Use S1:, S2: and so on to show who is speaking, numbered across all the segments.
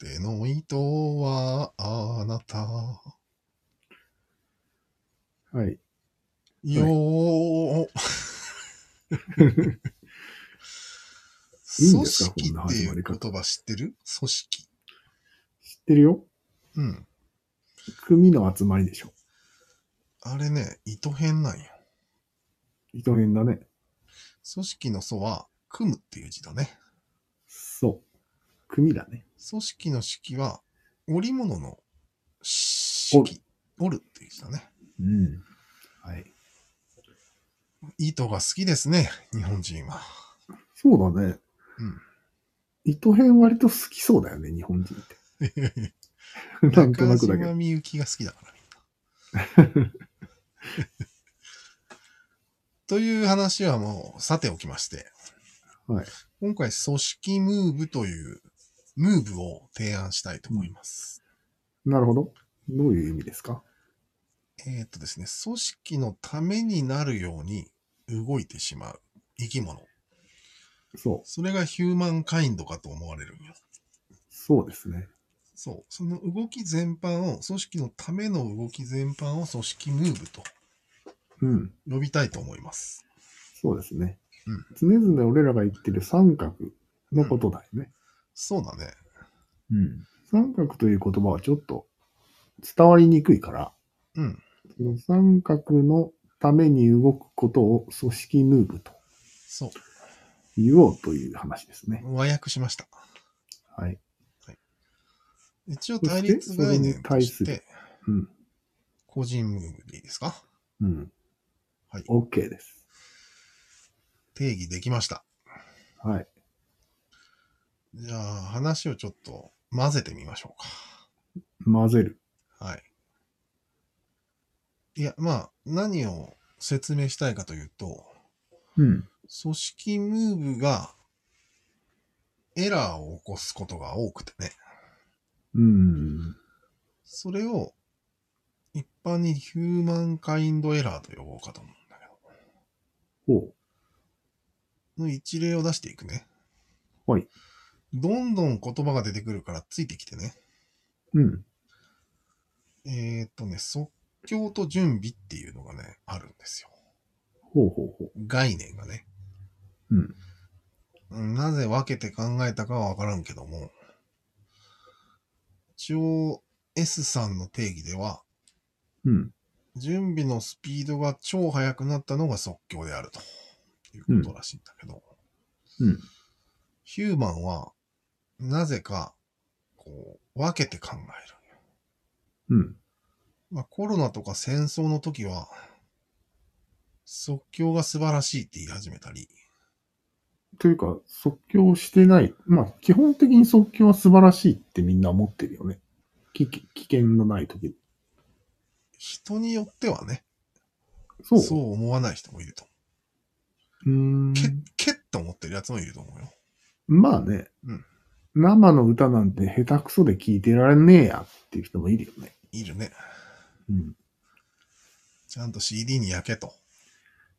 S1: 縦の糸はあなた。
S2: はい。
S1: よー。
S2: いいん
S1: 組
S2: ですか
S1: 織
S2: こんな
S1: って
S2: 始
S1: い
S2: まり
S1: う
S2: 方
S1: 言葉知ってる組織。
S2: 知ってるよ
S1: うん。
S2: 組の集まりでしょ。
S1: あれね、糸編なんよ。
S2: 糸編だね。
S1: 組織の素は、組むっていう字だね。
S2: そう。組だね。
S1: 組織の式は、織物の式。織るっていう字だね。
S2: うん。はい。
S1: 糸が好きですね、日本人は。
S2: そうだね。
S1: うん。
S2: 糸編割と好きそうだよね、日本人って。なんとなくだ
S1: 中
S2: け
S1: 島
S2: ど。
S1: みゆきが好きだから、みんな。という話はもう、さておきまして。
S2: はい
S1: 今回、組織ムーブという、ムーブを提案したいと思います。
S2: なるほど。どういう意味ですか
S1: えーっとですね、組織のためになるように動いてしまう生き物。
S2: そう。
S1: それがヒューマンカインドかと思われるんよ。
S2: そうですね。
S1: そう。その動き全般を、組織のための動き全般を組織ムーブと
S2: うん。
S1: 呼びたいと思います。
S2: そうですね。常々俺らが言ってる三角のことだよね。
S1: そうだね。
S2: うん。三角という言葉はちょっと伝わりにくいから、
S1: うん。
S2: その三角のために動くことを組織ムーブと
S1: そう。
S2: 言おうという話ですね。
S1: 和訳しました。
S2: はい。
S1: 一応対立概念と
S2: そし
S1: し
S2: てそれに
S1: て、
S2: うん。
S1: 個人ムーブでいいですか
S2: うん。
S1: はい
S2: OK です。
S1: 定義できました。
S2: はい。
S1: じゃあ、話をちょっと混ぜてみましょう
S2: 混ぜる。
S1: か。はい。いや、まあ、何を説明したいかというと、
S2: うん。
S1: 組織ムーブがエラーを起こすことが多くてね、
S2: うん。
S1: それを一般にヒューマンカインドエラーと呼ぼうかと思うんだけ
S2: ほ
S1: ど、の一例を出していくね。
S2: はい。
S1: どんどん言葉が出てくるからついてきてね。
S2: う。うん。
S1: えーっとね、即興と準備っていうのがね、あるんですよ。
S2: ほうほうほ
S1: 概念がね。
S2: う。うん。
S1: うんなぜ分けて考えたかはわからんけども、一応 S さんの定義では、
S2: うん。
S1: 準備のスピードが超速くなったのが即興であるということらしいんだけど、
S2: うん。
S1: ヒューマンはなぜかこう分けて考える。
S2: うん。
S1: まあ、コロナとか戦争の時は即興が素晴らしいって言い始めたり、
S2: というか、即興してない。まあ、基本的に即興は素晴らしいってみんな思ってるよね。危危険のない時。
S1: 人によってはね、
S2: そう。
S1: そう思わない人もいると思
S2: うーん
S1: う。けっ、けっと思ってるやつもいると思うよ。
S2: まあね、
S1: うん
S2: 生の歌なんて下手くそで聴いてられねえやっていう人もいるよね。
S1: いるね。
S2: うん、
S1: ちゃんと CD に焼けと。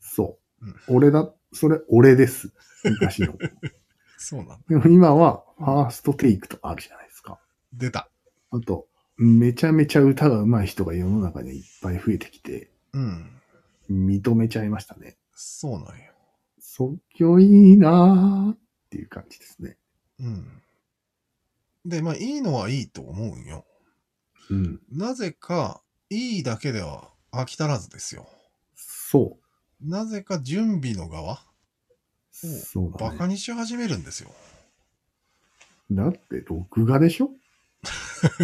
S2: そう、
S1: うん
S2: 俺だ、それ俺です。昔 の。
S1: そうなん
S2: でも今は、ファーストテイクとかあるじゃないですか。
S1: 出た。
S2: あと、めちゃめちゃ歌が上手い人が世の中にいっぱい増えてきて、
S1: うん。
S2: 認めちゃいましたね。
S1: そうなんよ。
S2: 即興いいなーっていう感じですね。
S1: うん。で、まあ、いいのはいいと思うんよ。
S2: うん。
S1: なぜか、いいだけでは飽き足らずですよ。
S2: そ
S1: なぜか準備の側、
S2: う。そうだ
S1: バ
S2: ね。
S1: カにし始めるんですよ。
S2: だって、録画でしょ
S1: フ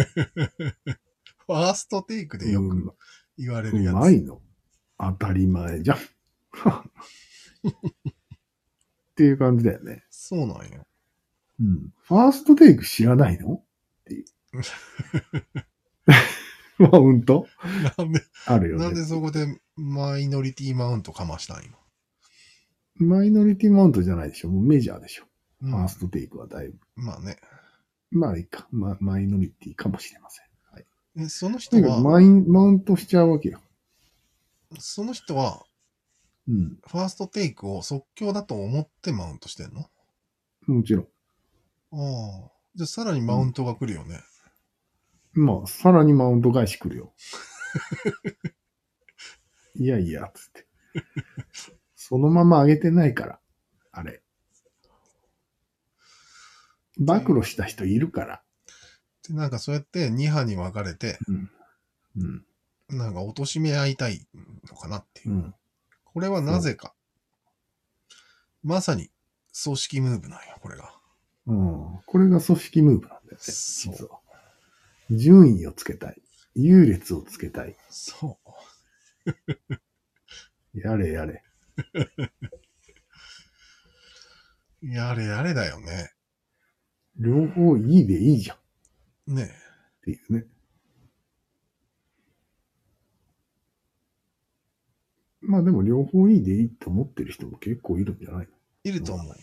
S1: ァーストテイクでよく言われる
S2: う
S1: やつ。
S2: まいの。当たり前 じゃん。っていう感じだよね。
S1: そうなんよ。
S2: うん。ファーストテイク知らないのっ ていう。まあ、ほんと
S1: なんで、
S2: ある
S1: な
S2: よ
S1: ん
S2: ね
S1: で。そこでマイノリティマウントかましたん今。
S2: マイノリティマウントじゃないでしょ。もうメジャーでしょ。
S1: うん
S2: ファーストテイクはだいぶ。
S1: まあね。
S2: まあいいか。ま、マイノリティかもしれません。はい。
S1: でその
S2: と
S1: 人
S2: にかく
S1: は、
S2: マイン、マウントしちゃうわけよ。
S1: その人は、
S2: うん。
S1: ファーストテイクを即興だと思ってマウントしてんの
S2: もちろん。
S1: ああ。じゃあさらにマウントが来るよね。
S2: まあ、さらにマウント返し 来るよ。いやいや、つって。そのまま上げてないから、あれ。暴露した人いるから。
S1: で、なんかそうやって2波に分かれて、
S2: うん。
S1: なんか貶め合いたいのかなっていうう。
S2: ん。
S1: これはなぜか。まさに組織ムーブなんや、これが。
S2: うん。これが組織ムーブなんだよね。
S1: そう
S2: 実は。順位をつけたい。優劣をつけたい。
S1: そう。
S2: やれやれ。
S1: やれやれだよね。
S2: 両方いいでいいじゃん。っ
S1: ね
S2: ていうね。まあでも両方いいでいいと思ってる人も結構いるんじゃない
S1: えいると思う。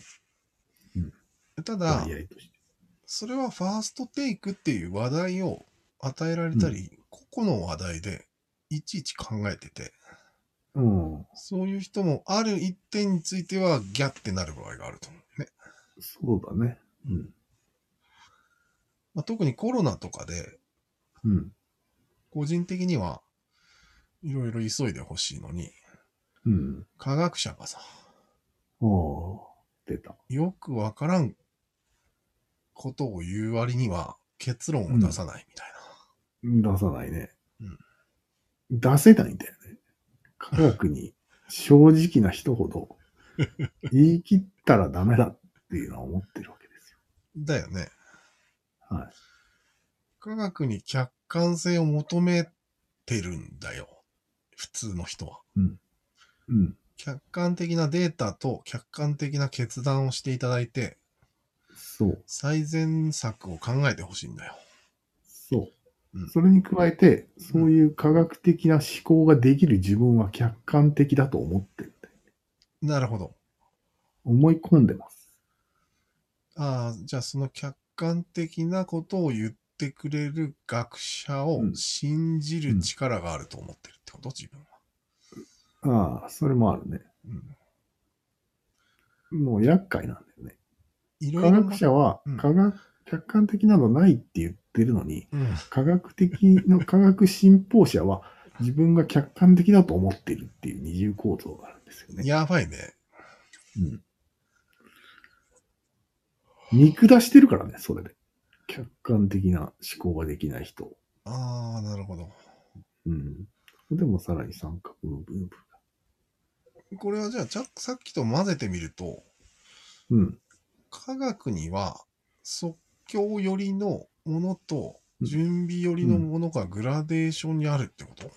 S1: た
S2: の
S1: だ、
S2: 割合として。
S1: それはファーストテイクっていう話題を与えられたり、個々の話題でいちいち考えてて、
S2: うん。
S1: そういう人もある一点についてはギャってなる場合があると思うね。
S2: そうだね。うん。
S1: まあ、特にコロナとかで、
S2: うん。
S1: 個人的にはいろいろ急いでほしいのに、
S2: うん。
S1: 科学者がさ、
S2: おー、出た。
S1: よくわからんことを言う割には結論を出さないみたい
S2: 出さないね。
S1: うん
S2: 出せないんだよね。科学に正直な人ほど言い切ったらダメだっていうのは思ってるわけですよ。
S1: な。だよね。
S2: はい。
S1: 科学に客観性を求めてるんだよ。普通の人は。
S2: うん。
S1: 客観的なデータと客観的な決断をしていただいて、
S2: そう。
S1: 最善策を考えてほしいんだよ。
S2: そう。
S1: うん
S2: それに加えて、そういう科学的な思考ができる自分は客観的だと思ってるんだよ。
S1: なるほど。
S2: 思い込んでます。
S1: ああ、じゃあその客観的なことを言ってくれる学者を
S2: うん
S1: 信じる力があると思ってるってこと自分は。
S2: ああ、それもあるね。
S1: うん。
S2: もう厄介なんだよね。
S1: いろい
S2: 科
S1: ろな。
S2: 学者は
S1: うん
S2: 科学、客観的なのないって言ってるのに、
S1: うん。
S2: 科学的の科学信奉者は自分が客観的だと思ってるっていう二重構造があるんですよね。
S1: やばいね。
S2: うん、見下してるからね、それで。客観的な思考ができない人。
S1: ああ、なるほど。
S2: うん。でもさらに三角のブーム
S1: これはじゃあ、ちゃさっきと混ぜてみると、
S2: うん。
S1: 科学には即興寄りのものと
S2: うん
S1: 準備寄りのものがグラデーションにあるってこと、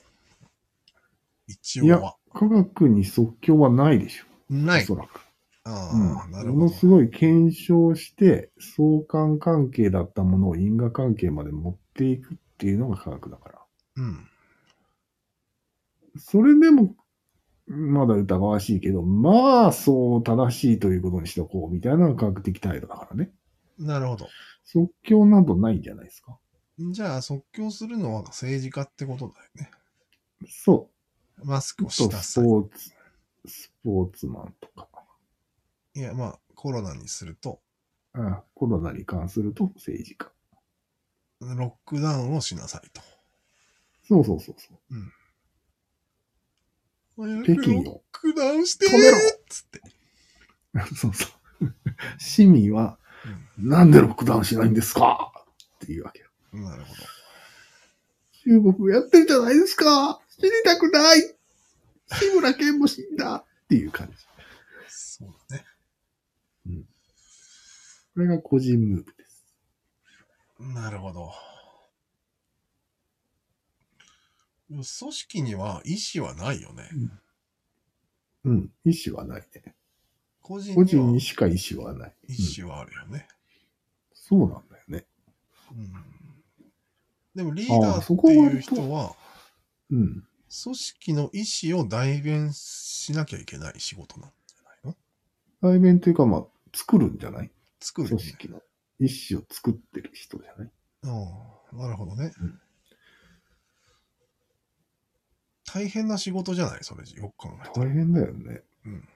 S1: 一
S2: いや
S1: 応は。
S2: 科学に即興はないでしょ。
S1: な
S2: お
S1: い。
S2: そらく。
S1: ああ、
S2: うん
S1: なるほ
S2: もの
S1: ど。
S2: すごい検証して、相関関係だったものを因果関係まで持っていくっていうのが科学だから。
S1: うん。
S2: それでも、まだ疑わしいけど、まあ、そう正しいということにしとこう、みたいな科学的態度だからね。
S1: なるほど。
S2: 即興などないんじゃないですか。
S1: じゃあ、即興するのは政治家ってことだよね。
S2: そ
S1: マス
S2: う。
S1: クを
S2: ち
S1: し
S2: ょっと
S1: た
S2: ス
S1: 際。
S2: ポーツ、スポーツマンとか、
S1: いや、まあ、コロナにすると、
S2: あコロナに関すると政治家。
S1: ロックダウンをしなさいと。
S2: そうそうそうそう。北京
S1: ロ
S2: を
S1: ックダウンしてー
S2: 止めろ
S1: っつって。
S2: そう そう。市民は、なんでロックダウンしないんですかっていうわけよ。
S1: うんなるほど。
S2: 中国やってるじゃないですか死にたくない志村けんも死んだっていう感じ。
S1: そうだね。
S2: これが個人ムーブです。
S1: なるほど。組織には意思はないよね。
S2: うん。意思はないね。
S1: 個人
S2: 個
S1: に
S2: 人
S1: は
S2: にしか意思はない。うん
S1: 意思はあるよね。
S2: そうなんだよね。
S1: うんでもリーダ
S2: ああ
S1: ー
S2: そ
S1: って
S2: こは割
S1: いう
S2: と
S1: 人は、
S2: うん。
S1: 組織の意思を代弁しなきゃいけない仕事なんじゃないの
S2: 対面というか、まあ、作るんじゃない
S1: 作るよ
S2: 組
S1: ね。
S2: 織の意思を作ってる人じゃない
S1: うん、なるほどね。
S2: うん
S1: 大変な仕事じゃないそれ、よく考えたら
S2: 大変だよね。
S1: うん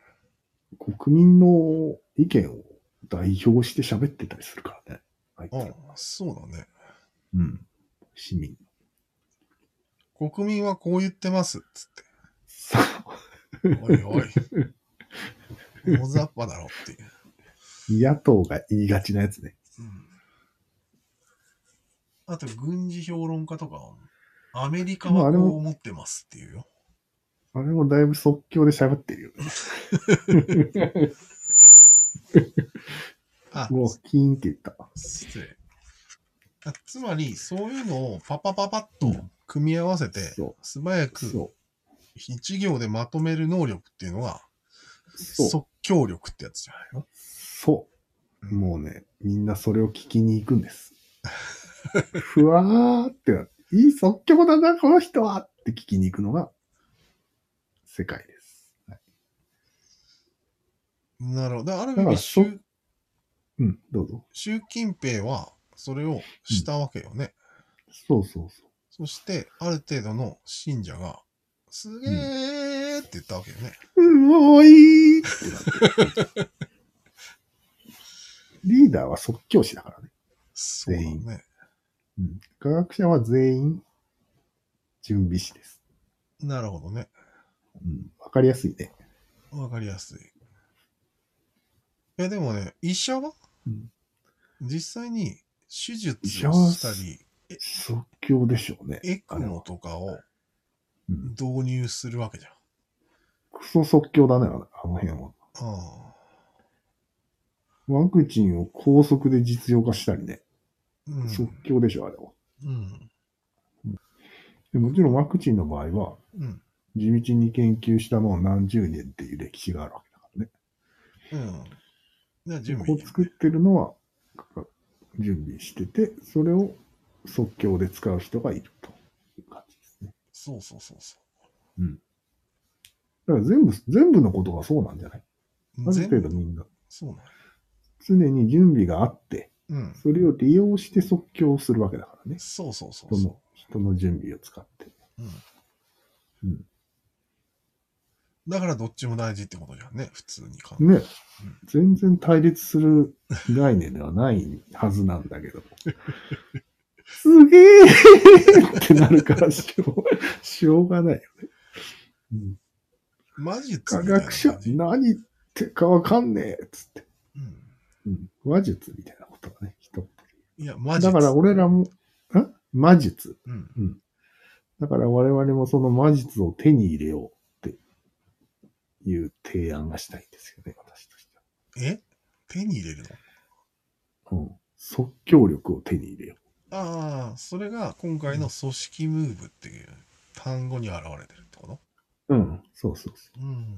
S2: 国民の意見を代表して喋ってたりするからね。あいって
S1: あ
S2: る。
S1: そうだね。
S2: うん。市民。
S1: 国民はこう言ってます。つって。
S2: さ
S1: おいおい。大雑把だろっていう。
S2: 野党が言いがちなやつね。
S1: うんあと、軍事評論家とかは、アメリカはこう思ってますっていうよ。
S2: あれもだいぶ即興で喋ってるよね。
S1: あ、
S2: もうキーンって言った。
S1: 失礼。あつまり、そういうのをパパパパッと組み合わせて、
S2: そ
S1: 素早
S2: う。
S1: く
S2: そ
S1: 一行でまとめる能力っていうのが、
S2: う。そう。
S1: 即興力ってやつじゃないの
S2: そう。もうね、みんなそれを聞きに行くんです。 ふわーってなって、いい即興だな、この人はって聞きに行くのが、世界です。はい
S1: なるほど。ある
S2: だ
S1: 意
S2: から
S1: 味、
S2: そ
S1: 習
S2: うん、どうぞ。
S1: 習近平はそれをしたわけよね。
S2: そうそうそう。
S1: そして、ある程度の信者が、すげーって言ったわけよね。
S2: うおいーってなってる。リーダーは即興師だからね。
S1: そうだ
S2: 全員
S1: ね。
S2: うん、科学者は全員準備士です。
S1: なるほどね。
S2: うん、わかりやすいね。
S1: わかりやすい。いや、でもね、医者は、
S2: うん
S1: 実際に手術
S2: 医者
S1: を
S2: は
S1: したり、
S2: 即興でしょうね。
S1: エクモとかを
S2: うん、
S1: 導入するわけじゃん。
S2: クソ即興だね、あの辺は。
S1: ああ
S2: ワクチンを高速で実用化したりね。
S1: うん。
S2: 即興でしょ、あれは。
S1: うん。
S2: でもちろんワクチンの場合は、
S1: うん。
S2: 地道に研究したのを何十年っていう歴史があるわけだからね。
S1: うん。じゃあ準
S2: こ
S1: 備
S2: こ作ってるのは、準備してて、それを即興で使う人がいるという感じですね。
S1: そうそうそうそ。
S2: だから全部、全部のことがそうなんじゃないうある程
S1: 全
S2: 度みんな。
S1: そうな
S2: 常に準備があって、
S1: の。うん。
S2: それを利用して即興するわけだからね。
S1: そうそうそう
S2: 人
S1: そ
S2: の、人の準備を使って。
S1: う。う
S2: うんん。
S1: だからどっちも大事ってことじゃんね、普通に考え
S2: ね、全然対立する概念ではないはずなんだ けども。すげえってなるからしょう しょうがないよね。うん
S1: 魔術みたい
S2: 科
S1: な
S2: 学
S1: 感じ
S2: 者、何言ってかわかんねえっつって。
S1: うん。
S2: うん、話術みたいなことがね、一言
S1: いや、魔術。
S2: だから俺らも、ん魔術。
S1: うん。
S2: だから我々もその魔術を手に入れようっていう提案がしたいんですよね、私としては。
S1: え手に入れるの
S2: うん、即興力を手に入れよう。
S1: ああ、それが今回の組織ムーブっていう単語に現れてるってこと
S2: うん、そうそうそ
S1: う
S2: う。
S1: ん。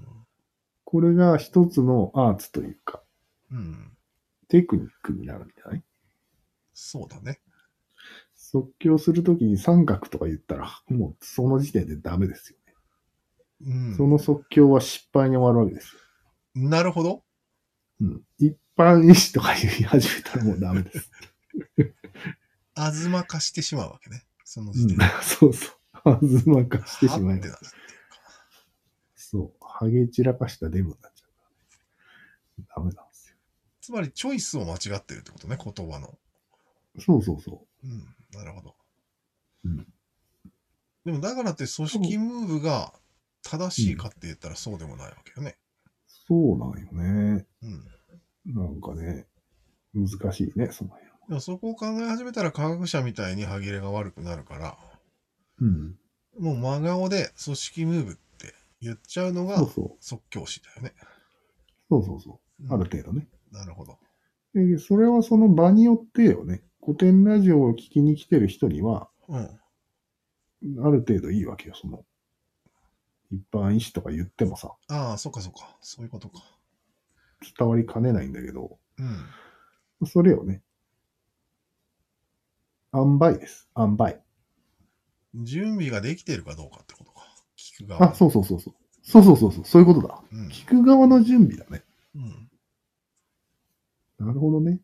S2: これが一つのアーツというか、
S1: うん。
S2: テクニックになるんじゃない
S1: そうだね。
S2: 即興するときに三角とか言ったら、もうその時点でダメですよね。
S1: うん。
S2: その即興は失敗に終わるわけですよ。
S1: なるほど。
S2: うん。一般意思とか言い始めたらもうダメ です。
S1: あずま化してしまうわけね。その
S2: う
S1: 時点
S2: ん
S1: で。、
S2: そうそう。あずまかしてしま
S1: はっ
S2: い
S1: て
S2: ます。
S1: なるっていうか
S2: そう。ハゲ散らかしたデブになっちゃうからね。ダメなんですよ。
S1: つまりチョイスを間違ってるってことね、言葉の。
S2: そうそうそ
S1: うん。なるほど。
S2: うん
S1: でもだからって組織ムーブが正しいかって言ったらそうでもないわけよね。
S2: う。そうなんよね。
S1: うん。
S2: なんかね、難しいね、その辺は。
S1: でもそこを考え始めたら科学者みたいに歯切れが悪くなるから、
S2: うん。
S1: もう真顔で組織ムーブって言っちゃうのが
S2: そうそう。
S1: 即興師だよね。
S2: そうそうそう。あ
S1: う
S2: る
S1: ん
S2: 程度ね。
S1: なるほど。
S2: で、それはその場によってよね。古典ラジオを聞きに来てる人には、
S1: うん。
S2: ある程度いいわけよ、その。一般医師とか言ってもさ、
S1: ああ、そっかそっか。そういうことか。
S2: 伝わりかねないんだけど、
S1: うん。
S2: それをね、塩梅です。塩梅。
S1: 準備ができてるかどうかってことか。聞く側。
S2: あ、そうそうそうそう。そうそうそうそう。そういうことだ。
S1: うん。
S2: 聞く側の準備だね。
S1: うん。
S2: なるほどね。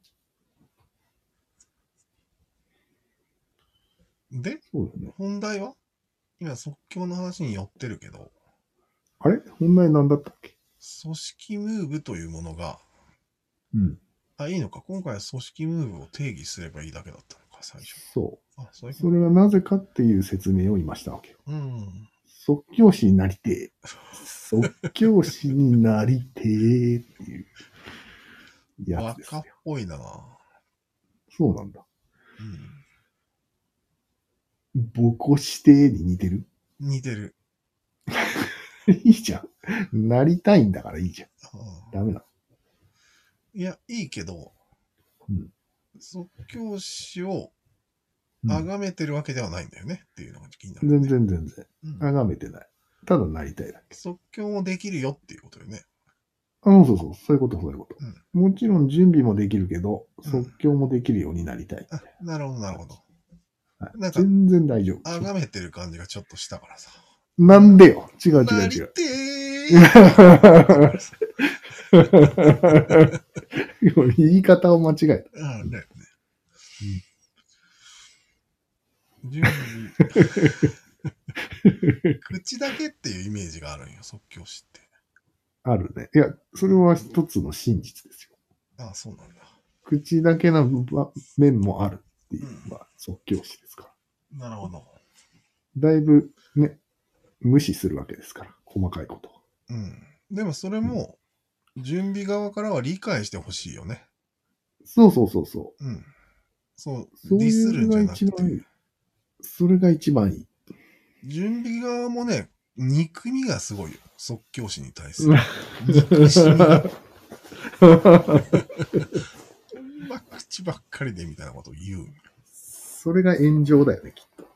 S1: で、
S2: そうだよね。
S1: 本題は今即興の話に寄ってるけど、
S2: あれ本題何だったっけ
S1: 組織ムーブというものが
S2: うん。
S1: あ、いいのか。今回は組織ムーブを定義すればいいだけだったのか、最初。
S2: そ。
S1: あ、そういううこ
S2: それはなぜかっていう説明を今したわけよ。
S1: と。うん。
S2: 即興師になりてえ。即興師になりてえっていうやつです
S1: バカっ
S2: よ。
S1: ぽいな。
S2: そうなんだ。
S1: うん。
S2: 母子指定に似てる
S1: 似てる。
S2: いいじゃん。なりたいんだからいいじゃん。
S1: うん
S2: ダメだ。
S1: いや、いいけど、
S2: うん
S1: 即興師を
S2: うん
S1: 崇めてるわけではないんだよね、っていうのが気になる、
S2: 全
S1: ね。
S2: 然全然。
S1: うん
S2: 崇めてない。ただなりたいだけ。
S1: 即興もできるよっていうことよね。
S2: あ、そうそう。そういうこと、そういうこと。もちろん準備もできるけど、
S1: うん
S2: 即興もできるようになりたい。
S1: あ、なるほど、なるほど。
S2: はい
S1: なんか
S2: 全然大丈夫。
S1: 崇めてる感じがちょっとしたからさ。
S2: なんでよ。違う違
S1: な
S2: う
S1: り
S2: 違う。
S1: てー
S2: 今言い方を間違えた。
S1: あだよね。準備。口だけっていうイメージがあるんよ、即興師って。
S2: あるね。いや、それは一つの真実ですよ。
S1: ああ、そうなんだ。
S2: 口だけな場面もあるっていうのは即興師ですか
S1: なるほど。
S2: ら。だいぶね、無視するわけですから、細かいことは。
S1: うん。でもそれも、準備側からは理解してほしいよね。
S2: そうそうそうそ
S1: うん。そう、
S2: う。そう
S1: ディ
S2: い
S1: スる
S2: うん
S1: じゃ
S2: の
S1: な
S2: が
S1: く
S2: 一番いい
S1: て。。
S2: それが一番い い。
S1: 準備側もね、憎みがすごいよ。即興師に対す
S2: う
S1: る
S2: わ。
S1: 憎しみがまあ口ばっかりでみたいなことを言う。
S2: それが炎上だよね、きっと。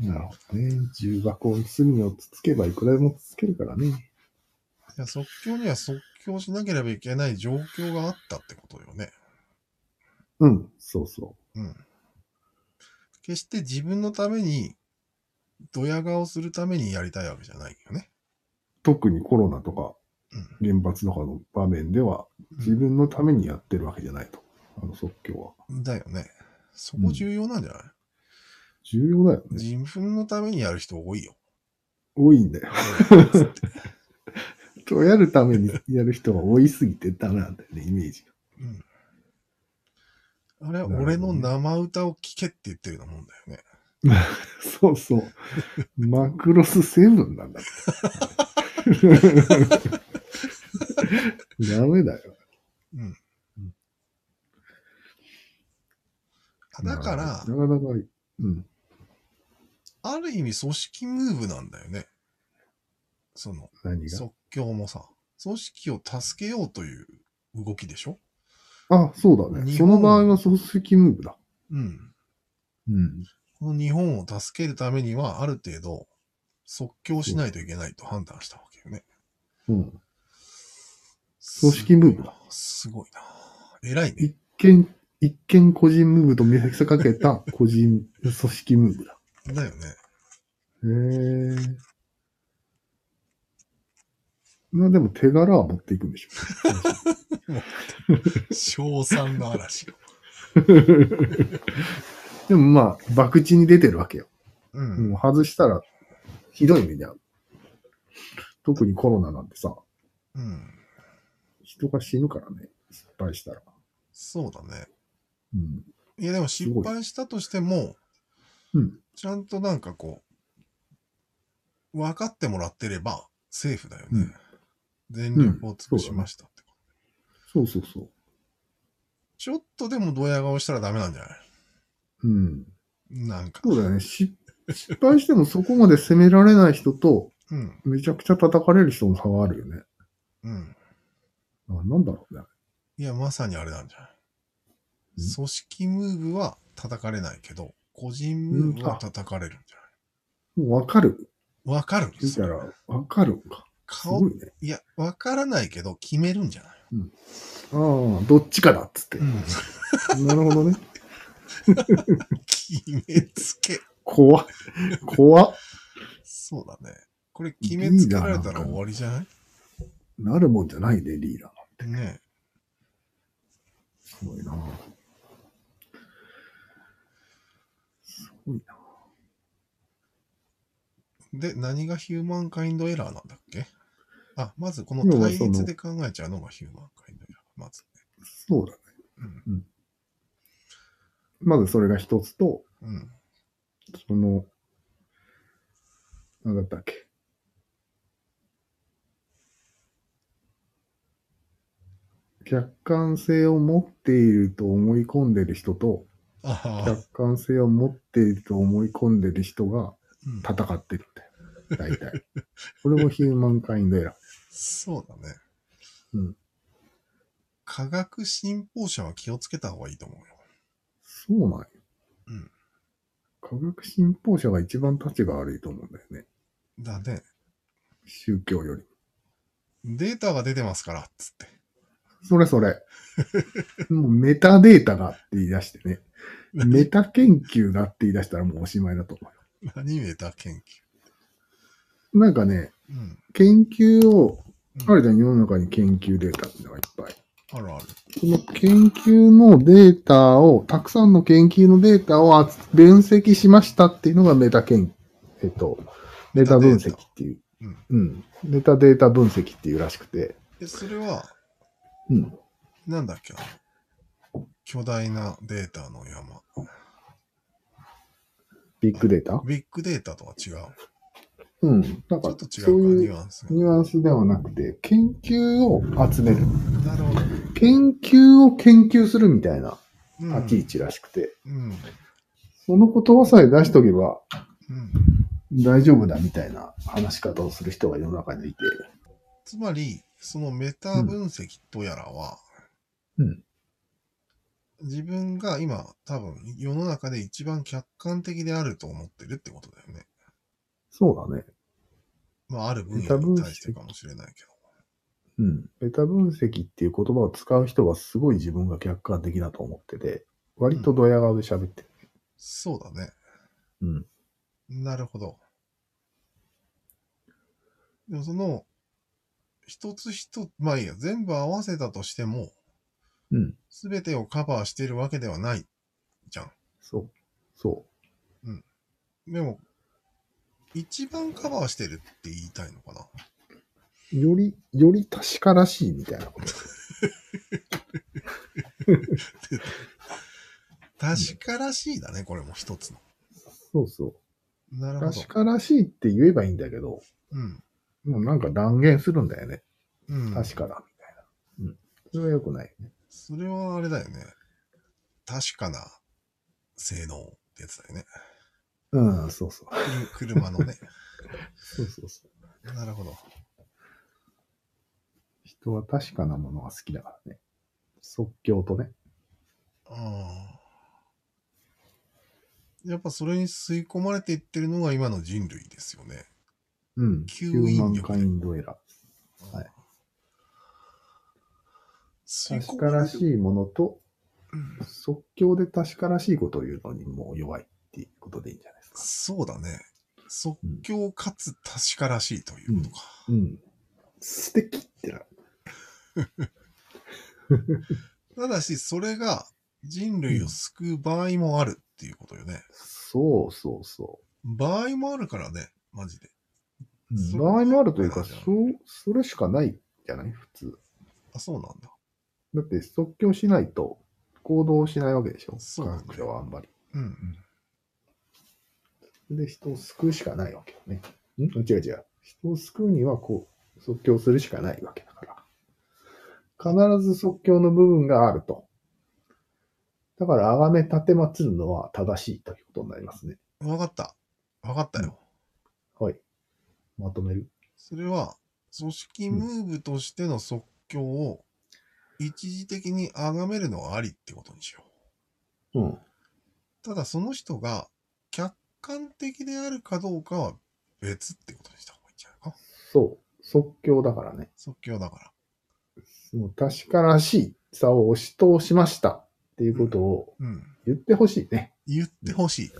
S1: うん。
S2: なるほどね。重箱に隅をつつけばいくらでもつつけるからね。
S1: いや即興には即興しなければいけない状況があったってことよね。
S2: うん、そうそ
S1: うん。決して自分のために、ドヤ顔するためにやりたいわけじゃないよね。
S2: う。特にコロナとか
S1: うん。
S2: 原発とかの場面では、自分のためにやってるわけじゃないと。あの即興は。
S1: だよね。そこ重要なんじゃない、
S2: 重要だよね。
S1: 自分のためにやる人多いよ。
S2: 多いんだよ。
S1: つって
S2: とやるためにやる人が多いすぎてダメなんだよね、イメージが。
S1: うん。あれ、
S2: るほどね
S1: 俺の生歌を聴けって言ってるようなもんだよね。
S2: そうそう。マクロスセブンなんだ。ダメだよ。
S1: だから、
S2: なかなか、うん。
S1: ある意味組織ムーブなんだよね。その、
S2: 何が
S1: 即興もさ、組織を助けようという動きでしょ
S2: あ、そうだね。
S1: 日
S2: そ
S1: 本
S2: の場合は組織ムーブだ。
S1: うん。
S2: うん。
S1: この日本を助けるためには、ある程度、即興しないといけないと判断したわけよね。
S2: うん。組織ムーブだ。
S1: すごいな。偉いね。
S2: 一見、一見個人ムーブと見せかけた個人、組織ムーブだ。
S1: だよね。
S2: へえ。まあでも手柄は持っていくんでしょ。
S1: 賞賛の嵐。
S2: でもまあ、博打に出てるわけよ。
S1: う
S2: も
S1: ん。
S2: う外したら、ひどい目に遭う。特にコロナなんてさ、
S1: うん。
S2: 人が死ぬからね、失敗したら。
S1: そうだね。
S2: うん。
S1: いや、でも失敗したとしても、
S2: うん。
S1: ちゃんとなんかこう、分かってもらってれば、セーフだよね。
S2: うん
S1: 全力を尽くしましたってこと、
S2: そうそうそ。
S1: ちょっとでもドヤ顔したらダメなんじゃないう
S2: うん。
S1: なんか。
S2: そうだよね。し失敗してもそこまで責められない人と、
S1: うん。
S2: めちゃくちゃ叩かれる人の差があるよね。
S1: うん。
S2: あなんだろうね。
S1: いや、まさにあれなんじゃない、
S2: うん
S1: 組織ムーブは叩かれないけど、個人ムーブは叩かれるんじゃ
S2: もうわかる。
S1: ないわかるんで
S2: 見
S1: す
S2: た
S1: よ。
S2: ら、わかるか。す
S1: 顔
S2: ごいね。
S1: いや、わからないけど、決めるんじゃない
S2: ああ、どっちかだっつって。なるほどね。
S1: 決めつけ。
S2: 怖っ。怖っ。
S1: そうだね。これ決めつけられたら終わりじゃない
S2: なるもんじゃないね、リーダー。
S1: ね
S2: すごいな。すごいな。
S1: で、何がヒューマンカインドエラーなんだっけあ、まずこの
S2: 要は
S1: 対
S2: その
S1: 立で考えちゃうのがヒューマンカインドエラー。まず
S2: そうだね。まずそれが一つと、
S1: ね。うん。うん。
S2: その、なんだったっけ。客観性を持っていると思い込んでる人と、
S1: ああ、
S2: 客観性を持っていると思い込んでる人が
S1: うん、
S2: 戦ってるんだよ。大体。これもヒューマンカインドエラー。
S1: そうだね。
S2: うん。
S1: 科学信奉者は気をつけた方がいいと思うよ。
S2: そうなんよ。
S1: うん。
S2: 科学信奉者が一番立ちが悪いと思うんだよね。
S1: だね。
S2: 宗教より。
S1: データが出てますから、つって。
S2: それそれ。もうメタデータがって言い出してね。メタ研究がって言い出したらもうおしまいだと思
S1: 何メタ研
S2: う。なんかね、
S1: 究。うん。
S2: 研究を、
S1: うん
S2: あるじゃん、世の中に研究データってのがいっぱい。
S1: あるある。
S2: その研究のデータを、たくさんの研究のデータを集分析しましたっていうのがメタ研、えっと、メタ分析っていう。
S1: うん
S2: うん。メタデータ分析っていうらしくて。
S1: で、それは、
S2: うん。
S1: なんだっけ、あの巨大なデータの山。
S2: ビッグデータ
S1: ビッグデータとは違う。
S2: うん。なん
S1: ちょ
S2: か
S1: っと、違う
S2: そう
S1: か、ニ
S2: いう
S1: ュアンスが。
S2: ニュアンスではなくて、研究を集める。
S1: なるほど。
S2: 研究を研究するみたいな
S1: うん
S2: 立ち位置らしくて、
S1: うん。
S2: その言葉さえ出しとけば
S1: うん。
S2: 大丈夫だみたいな話し方をする人が世の中にいて、
S1: つまり、そのメタ分析とやらは、
S2: うん
S1: 自分が今、多分、世の中で一番客観的であると思ってるってことだよね。
S2: そうだね。
S1: まあ、ある分野に対してかもしれないけ
S2: うん。ベタ分析っていう言葉を使う人がすごい自分が客観的だと思ってて、割とドヤ顔で喋ってる。
S1: ど。そうだね。
S2: うん。
S1: なるほど。でも、その、一つ一つ、まあいいや、全部合わせたとしても、
S2: うん。
S1: すべてをカバーしているわけではないじゃん。
S2: そう。そ
S1: でも、一番カバーしてるって言いたいのかな。
S2: う。より、より確からしいみたいなこと。
S1: 確からしいだね、これも一つの。
S2: そうそう。
S1: なるほど
S2: 確。からしいって言えばいいんだけど、
S1: うん。
S2: もうなんか断言するんだよね。
S1: うん。
S2: 確かだ、みたいな。うん。それは良くない。
S1: それはあれだよね。確かな性能ってやつだよね。
S2: うん、そうそう。
S1: くる車の ね。
S2: そうそうそう。
S1: なるほど。
S2: 人は確かなものが好きだからね。即興とね。
S1: あーやっぱそれに吸い込まれていってるのが今の人類ですよね。
S2: うん。ヒ
S1: 吸
S2: ューマ
S1: 引
S2: ン
S1: 力
S2: カインドエラはい
S1: 吸い
S2: ー。確
S1: 込
S2: か
S1: まれ
S2: ら
S1: て
S2: し
S1: る
S2: いものと、
S1: うん
S2: 即興で確からしいことを言うのにもう弱いっていうことでいいんじゃないですか。
S1: そうだね。即興かつ確からしいということか。
S2: うん。素敵ってな。
S1: ただし、それが人類を救う場合もあるっていうことよね。
S2: そうそうそ
S1: 場合もあるからね、マジで。う
S2: う。
S1: ん
S2: 場合もあるというか、
S1: そう
S2: そう、それしかないじゃない普通。
S1: あ、そうなんだ。
S2: だって即興しないと行動しないわけでしょ
S1: そう
S2: 科学者はあんまり。
S1: うん。
S2: で、人を救うしかないわけよね。ん違う違う。人を救うには、こう、即興するしかないわけだから。必ず即興の部分があると。だから、あがめ立てまつるのは正しいということになりますね。
S1: わかった。わかったよ。
S2: はい。まとめる。
S1: それは、組織ムーブとしての即興を一時的に崇めるのはありってことにしよう。
S2: うん。
S1: ただ、その人が客観的であるかどうかは別ってことにした方がいいんじゃないか。
S2: そう。即興だからね。
S1: 即興だから。
S2: もう確からしいさを押し通しましたっていうことを
S1: うん。
S2: 言ってほしいね。
S1: 言ってほしい。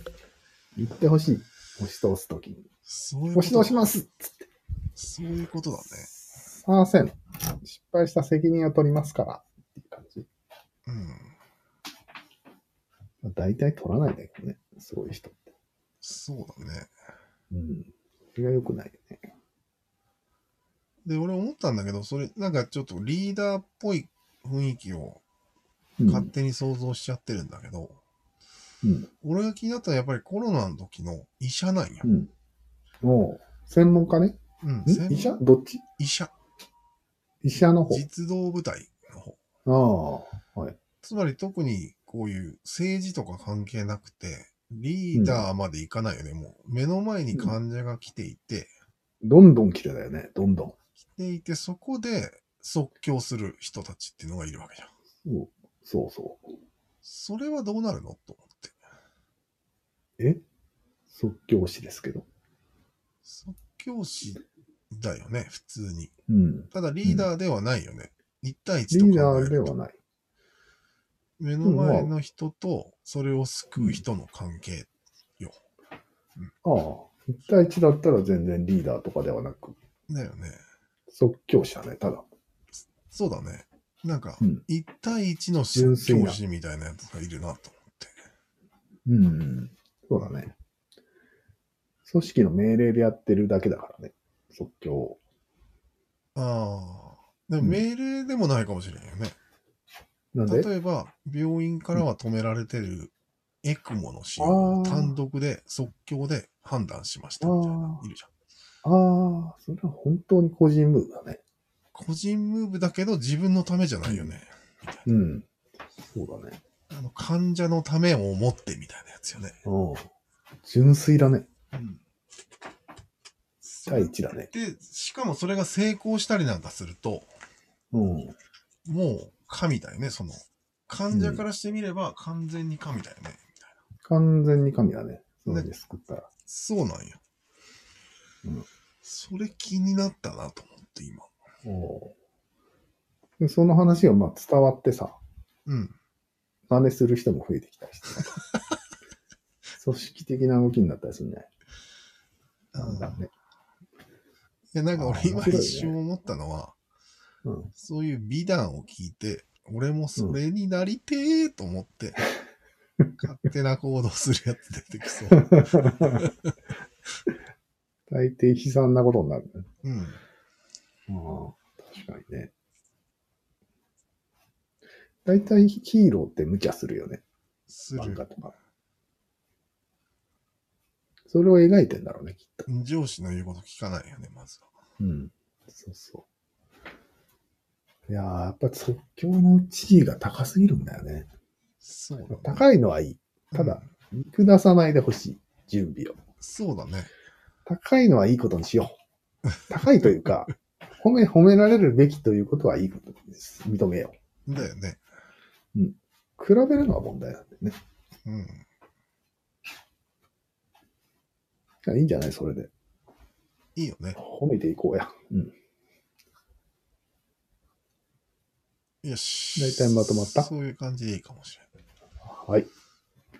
S2: 言ってほしい。押し通すときに。
S1: そういうこ
S2: 押し通
S1: と
S2: します
S1: そういうことだね。
S2: すいません。失敗した責任を取りますから。っていう感じ。
S1: うん。
S2: まあ、大体取らないんだけどね。すごい人って。
S1: そうだね。
S2: うん。それが良くないよね。
S1: で、俺思ったんだけど、それ、なんかちょっとリーダーっぽい雰囲気を
S2: うん
S1: 勝手に想像しちゃってるんだけど、
S2: うん。
S1: 俺が気になったのはやっぱりコロナの時の医者なんや
S2: う。ん。もう、専門家ね。
S1: うん。専
S2: ん
S1: 門
S2: 医者どっち
S1: 医者。
S2: 医者の方。
S1: 実動部隊の方。
S2: ああ、はい。
S1: つまり特にこういう政治とか関係なくて、リーダーまでいかないよね。もう目の前に患者が来ていて、
S2: どんどん切れだよね。どんどん。
S1: 来ていて、そこで即興する人たちっていうのがいるわけじゃん。
S2: そうそうそう。
S1: それはどうなるのと思って。
S2: え即興師ですけど。
S1: 即興師だよね、普通に。
S2: うん。
S1: ただリーダーではないよね。一対一
S2: リ
S1: と
S2: ー
S1: 考
S2: ダ
S1: え
S2: ーで
S1: る
S2: は
S1: と。
S2: ない。
S1: 目の前の人とそれを救う人の関係。
S2: ああ、1対1だったら全然リーダーとかではなく、
S1: だよね。
S2: 即興師だね。ただ。
S1: そうだね。なんか
S2: うん、
S1: 一対一の即
S2: 純粋な
S1: 興師みたいなやつがいるなと思って。
S2: うん。そうだね。組織の命令でやってるだけだからね。即興を。
S1: ああ。で
S2: う
S1: も
S2: ん
S1: 命令でもないかもしれんよね。
S2: なんで
S1: 例えば、病院からは止められてるエクモの使用
S2: あ
S1: を
S2: ー
S1: 単独で即興で判断しましたみたいな
S2: あ、ー
S1: いるじゃん。
S2: ああ、それは本当に個人ムーブだね。
S1: 個人ムーブだけど自分のためじゃないよね。
S2: うん。そうだね。
S1: あの患者のためを思ってみたいなやつよね。
S2: うん。純粋だね。
S1: うん。
S2: 対一だね。
S1: で、しかもそれが成功したりなんかすると、
S2: うん。
S1: もう神だよね、その。患者からしてみれば完全に神だよね。みたいな
S2: 完全に神だね。それで救ったら。
S1: そうなんや。
S2: うん
S1: それ気になったなと思って、今。
S2: おうでその話がまあ伝わってさ、
S1: うん。
S2: 真似する人も増えてきた りしてさ。組織的な動きになったりするんじゃないなんだ
S1: い
S2: ね。
S1: や、なんか俺
S2: あー面
S1: 今
S2: 白いね
S1: 一瞬思ったのは、
S2: うん。
S1: そういう美談を聞いて、俺もそれになりてーと思 って、勝手な行動するやつ出てきそう。
S2: 大抵悲惨なことになるね。
S1: うん。
S2: ああ、確かにね。大体ヒーローって無茶するよね。
S1: す
S2: 漫
S1: る。
S2: 画とか。それを描いてんだろうね、きっと。
S1: 上司の言うこと聞かないよね、まずは。
S2: うん。そうそう。いやー、やっぱ即興の地位が高すぎるんだよね。
S1: そうだね。
S2: 高いのはいい。ただ、見下さないでほしい。準備を。
S1: そうだね。
S2: 高いのはいいことにしよう。高いというか、褒め、褒められるべきということはいいことです。認めよう。
S1: だよね。
S2: 比べるのは問題なんだよね。
S1: うん。
S2: いやいいんじゃないそれで。
S1: いいよね。
S2: 褒めていこうや。うん。
S1: よし。
S2: 大体まとまった
S1: そういう感じでいいかもしれ
S2: はい。
S1: ない。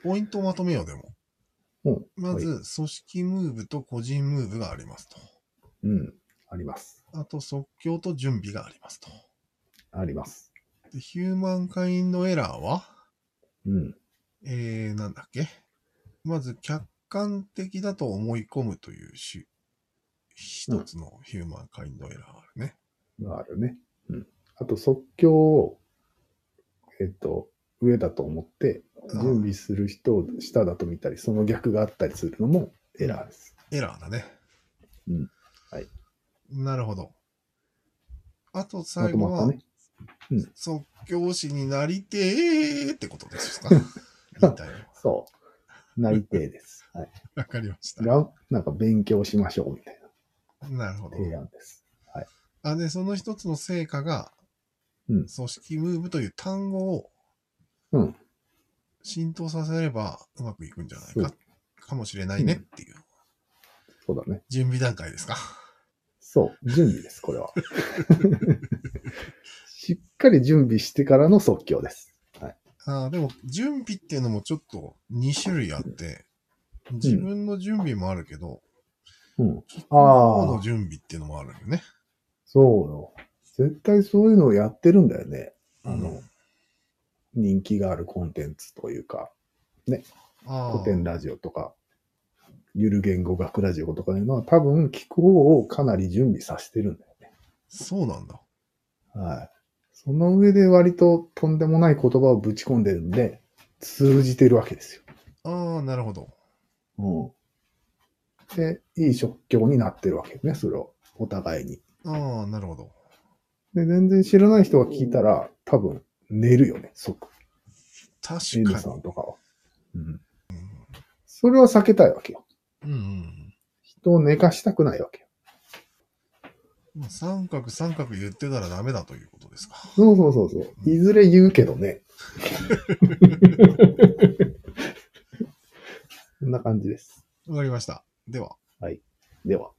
S1: ポイントをまとめよう、でも。
S2: うん。
S1: まず、
S2: は
S1: 組織ムーブと個人ムーブがありますと。
S2: うん。あります。
S1: あと、即興と準備がありますと。
S2: あります。
S1: で、ヒューマンカインドエラーは、
S2: うん。
S1: えー、なんだっけまず、客観的だと思い込むという種、一つのヒューマンカインドエラーがあるね。
S2: があるね。うん。あと、即興を、えっ、と、上だと思って、準備する人を下だと見たり、その逆があったりするのもエラーです。
S1: エラーだね。
S2: うんはい。
S1: なるほど。あと
S2: ま
S1: 最後
S2: とまった
S1: は、
S2: ね。
S1: 即興師になりてーってことです かみたいな。
S2: そう。内定です。 はい。
S1: わかりました。
S2: が、なんか勉強しましょうみたい
S1: なるほ
S2: な
S1: ど。
S2: 提案です。
S1: あ、で、その一つの成果が、
S2: うん
S1: 組織ムーブという単語を、
S2: うん
S1: 浸透させればうまくいくんじゃない
S2: そ
S1: か
S2: う、
S1: かもしれないねっていう、
S2: そうだね。
S1: 準備段階ですか。
S2: そう、準備です、これは。 しっかり準備してからの即興です。はい。
S1: あーでも、準備っていうのもちょっと2種類あって、自分の準備もあるけど、
S2: うん。
S1: 向こう
S2: あ
S1: の
S2: あ、
S1: 準備っていうのもあるよね。
S2: そうよ。絶対そういうのをやってるんだよね。あ
S1: う
S2: の
S1: ん、
S2: 人気があるコンテンツというか、
S1: あ
S2: 古典ラジオとか、ゆる言語学ラジオとかいうのは多分聞く方をかなり準備させてるんだよね。
S1: そうなんだ。
S2: はい。その上で割ととんでもない言葉をぶち込んでるんで、通じてるわけです
S1: ああ、なるほど。
S2: よ。うん。で、いい職業になってるわけね、それを。お互いに。
S1: ああ、なるほど。
S2: で、全然知らない人が聞いたら、多分寝るよね、即。
S1: 確
S2: N
S1: か
S2: さん
S1: に。
S2: とかは。うん。それは避けたいわけよ。
S1: うん、うん。
S2: 人を寝かしたくないわけよ。
S1: まあ三角三角言ってたらダメだということですか。
S2: そうそうそうそう。いずれ言うけどね。 こんな感じです。
S1: わかりました。では。
S2: では。